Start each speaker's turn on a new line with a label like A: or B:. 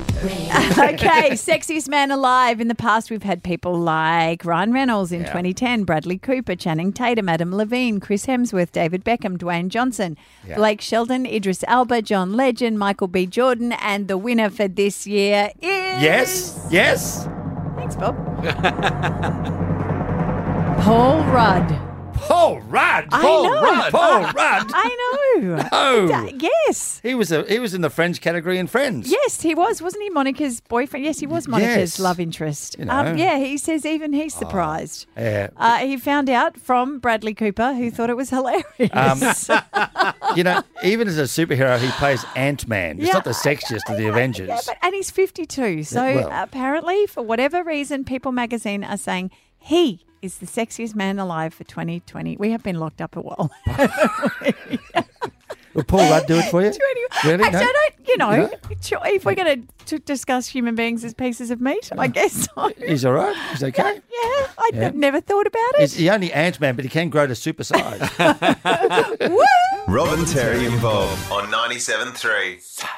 A: okay, sexiest man alive. In the past, we've had people like Ryan Reynolds in 2010, Bradley Cooper, Channing Tatum, Adam Levine, Chris Hemsworth, David Beckham, Dwayne Johnson, Blake Shelton, Idris Elba, John Legend, Michael B. Jordan, and the winner for this year is
B: Yes, yes.
A: Thanks, Bob. Paul Rudd.
B: Paul Rudd.
A: I
B: Paul
A: know.
B: Rudd. Paul Rudd.
A: I know.
B: No.
A: Yes.
B: He was a, he was in the French category in Friends.
A: Yes, he was, wasn't he? Monica's boyfriend. Yes, he was Monica's
B: Yes.
A: love interest.
B: You know. Oh,
A: um, yeah, he says even he's surprised.
B: Yeah.
A: Uh, he found out from Bradley Cooper, who thought it was hilarious.
B: Um, You know, even as a superhero, he plays Ant Man. It's
A: Yeah,
B: not the sexiest of the Avengers.
A: yeah, but, and he's 52. So
B: Yeah, well.
A: apparently, for whatever reason, People magazine are saying he is the sexiest man alive for 2020. We have been locked up a while.
B: Will Paul Rudd do it for you?
A: to any-
B: Really?
A: I
B: No?
A: don't, you know,
B: No?
A: sure, if we're going to discuss human beings as pieces of meat, I guess. So. yeah,
B: He's all right. He's okay.
A: I would never thought about
B: He's
A: it.
B: the only Ant Man, but he can grow to super size.
A: Woo!
C: Rob and Terry and Bob on 97.3.